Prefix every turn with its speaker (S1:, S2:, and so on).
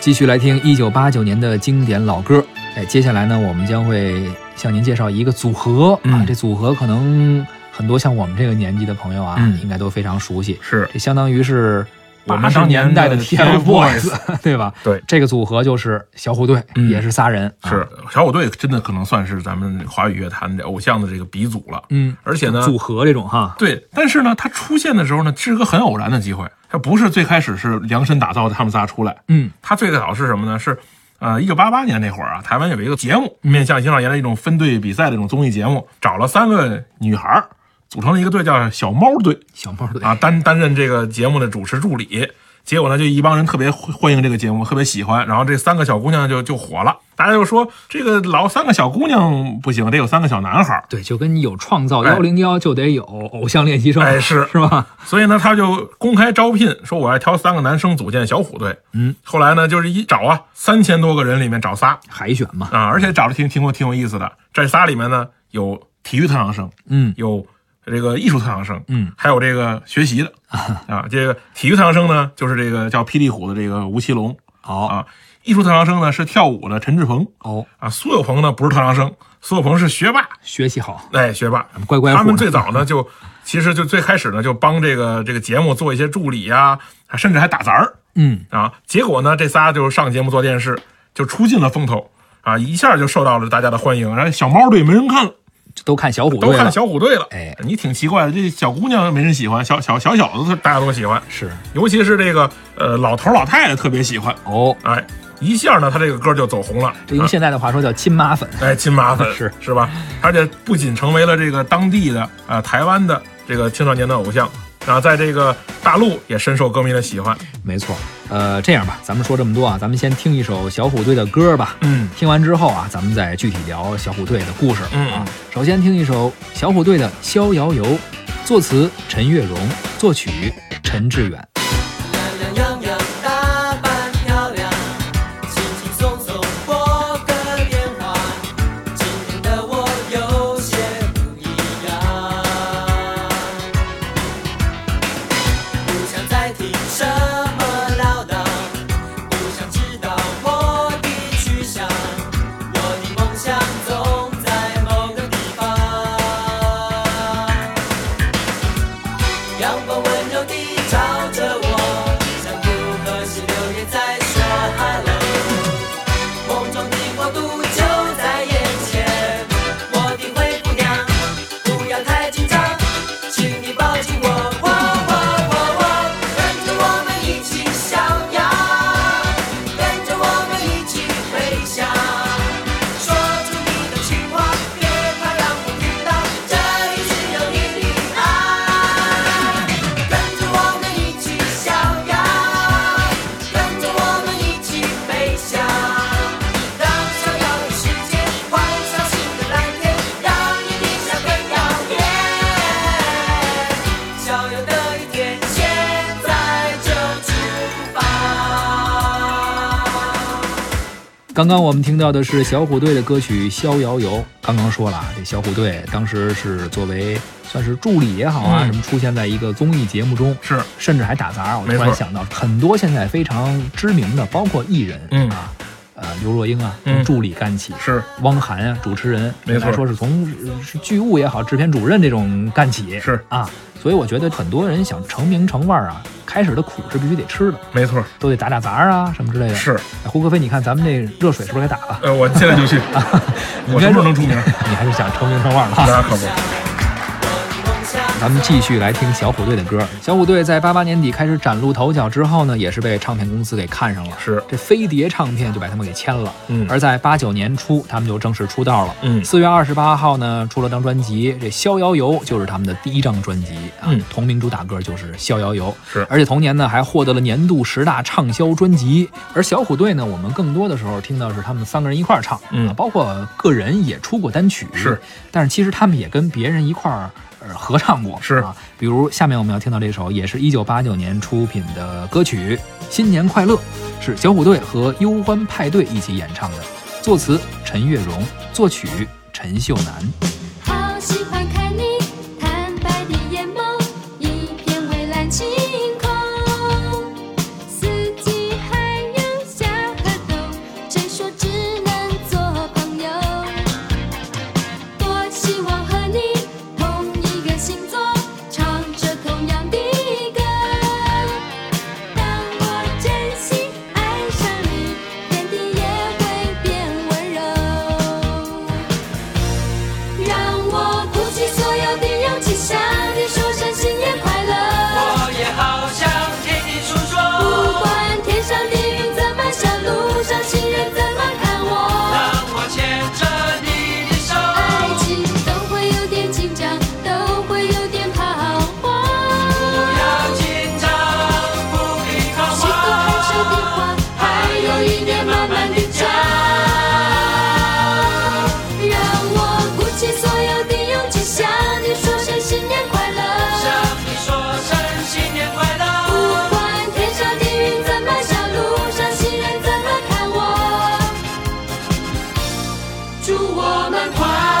S1: 继续来听一九八九年的经典老歌。哎，接下来呢，我们将会向您介绍一个组合、啊
S2: 嗯，
S1: 这组合可能很多像我们这个年纪的朋友啊，
S2: 嗯
S1: 应该都非常熟悉。
S2: 是
S1: 这相当于是
S2: 我们
S1: 80
S2: 当年
S1: 代的
S2: 的
S1: TFBOYS，对 吧？
S2: 对，
S1: 这个组合就是小虎队，
S2: 嗯
S1: 也是仨人。啊
S2: 是，小虎队真的可能算是咱们华语乐坛的偶像的这个鼻祖了。
S1: 嗯，
S2: 而且呢，
S1: 组合这种哈，
S2: 对，但是呢，他出现的时候呢，是个很偶然的机会，他不是最开始是量身打造的他们仨出来，
S1: 嗯
S2: 他最早是什么呢？是呃，一九八八年那会儿啊，台湾有一个节目，面向青少年的一种分队比赛的一种综艺节目，找了三个女孩儿组成了一个队，叫小猫队
S1: 小猫队
S2: 啊，担担任这个节目的主持助理。结果呢，就一帮人特别欢欢迎这个节目，特别喜欢，然后这三个小姑娘就就火了。大家就说这个老三个小姑娘不行，得有三个小男孩儿。
S1: 对，就跟有创造
S2: 哎
S1: 幺零幺就得有偶像练习生，
S2: 哎是
S1: 是吧？
S2: 所以呢，他就公开招聘，说我要挑三个男生组建小虎队。
S1: 嗯，
S2: 后来呢，就是一找啊，三千多个人里面找仨
S1: 海选嘛，
S2: 啊，而且找的挺挺有挺有意思的。这仨里面呢，有体育特长生，
S1: 嗯
S2: 有这个艺术特长生，
S1: 嗯，
S2: 还有这个学习的啊。这个体育特长生呢，就是这个叫霹雳虎的这个吴奇隆
S1: 好、
S2: 啊。艺术特长生呢是跳舞的陈志鹏
S1: 哦，
S2: 啊，苏有朋呢不是特长生，苏有朋是学霸，
S1: 学习好，
S2: 哎，学霸，
S1: 乖乖虎
S2: 他们最早呢，就其实就最开始呢，就帮这个这个节目做一些助理呀、啊，甚至还打杂儿
S1: 嗯，
S2: 啊。结果呢，这仨就上节目做电视，就出尽了风头啊，一下就受到了大家的欢迎。然后小猫队没人看了，
S1: 这都看小虎队
S2: 都
S1: 了，
S2: 看小虎队了。
S1: 哎，
S2: 你挺奇怪的，这小姑娘没人喜欢，小小小小子大家都喜欢，
S1: 是
S2: 尤其是这个呃老头老太太特别喜欢。
S1: 哦，
S2: 哎，一下呢，他这个歌就走红了。
S1: 这用现在的话说叫亲妈粉，
S2: 哎，亲妈粉
S1: 是
S2: 是吧？而且不仅成为了这个当地的啊、呃台湾的这个青少年的偶像，啊，在这个大陆也深受歌迷的喜欢。
S1: 没错。呃，这样吧，咱们说这么多啊，咱们先听一首小虎队的歌吧。
S2: 嗯
S1: 听完之后啊，咱们再具体聊小虎队的故事。
S2: 嗯，
S1: 首先听一首小虎队的《逍遥游》，作词陈月荣，作曲陈志远。
S3: 懒懒洋洋，打扮漂亮，轻轻松松拨个电话。今天的我有些不一样，不想再听什么唠叨，不想知道我的去向，我的梦想总在某个地方。阳光温柔地照着我，像不合时流也在说 hello。梦中的国度就在眼前，我的灰姑娘，不要太紧张，请你抱紧我，我我我我，跟着我们一起逍遥，跟着我们一起飞翔。说出你的情话，别怕让我听到，这里只有你的爱。跟着我们一起逍遥，跟着我们一起飞翔，让逍遥的世界换上新的蓝天，让你的笑更耀眼。逍遥的一天，现在就出发。
S1: 刚刚我们听到的是小虎队的歌曲《逍遥游》。刚刚说了啊，这小虎队当时是作为算是助理也好啊，
S2: 嗯
S1: 什么出现在一个综艺节目中，
S2: 是
S1: 甚至还打杂。我突
S2: 没错
S1: 然想到，很多现在非常知名的，包括艺人、
S2: 嗯
S1: 啊，呃，刘若英啊，
S2: 嗯
S1: 从助理干起，
S2: 是
S1: 汪涵啊，主持人，
S2: 没错
S1: 来说是从呃是剧务也好，制片主任这种干起，
S2: 是
S1: 啊。所以我觉得很多人想成名成腕儿啊，开始的苦是必须得吃的，
S2: 没错，
S1: 都得打打杂啊什么之类的。
S2: 是。
S1: 哎胡歌飞，你看咱们这热水是不是该打了？
S2: 呃，我现在就去，我什么时候能出名？
S1: 你还是想成名成腕儿了哈。
S2: 那可不，
S1: 咱们继续来听小虎队的歌。小虎队在八八年底开始崭露头角之后呢，也是被唱片公司给看上了，
S2: 是
S1: 这飞碟唱片就把他们给签了。
S2: 嗯
S1: 而在八九年初，他们就正式出道了。
S2: 嗯
S1: 四月二十八号呢，出了张专辑，这《逍遥游》就是他们的第一张专辑啊，
S2: 嗯
S1: 同名主打歌就是《逍遥游》。
S2: 是
S1: 而且同年呢，还获得了年度十大畅销专辑。而小虎队呢，我们更多的时候听到是他们三个人一块儿唱，
S2: 嗯
S1: 啊，包括个人也出过单曲，
S2: 是，
S1: 但是其实他们也跟别人一块儿。呃，合唱过
S2: 是
S1: 啊，比如下面我们要听到这首，也是一九八九年出品的歌曲《新年快乐》，是小虎队和忧欢派对一起演唱的，作词陈月荣，作曲陈秀楠。
S4: 好喜欢看你坦白的眼眸，一片蔚蓝晴空，四季还有小
S3: 祝我们快乐。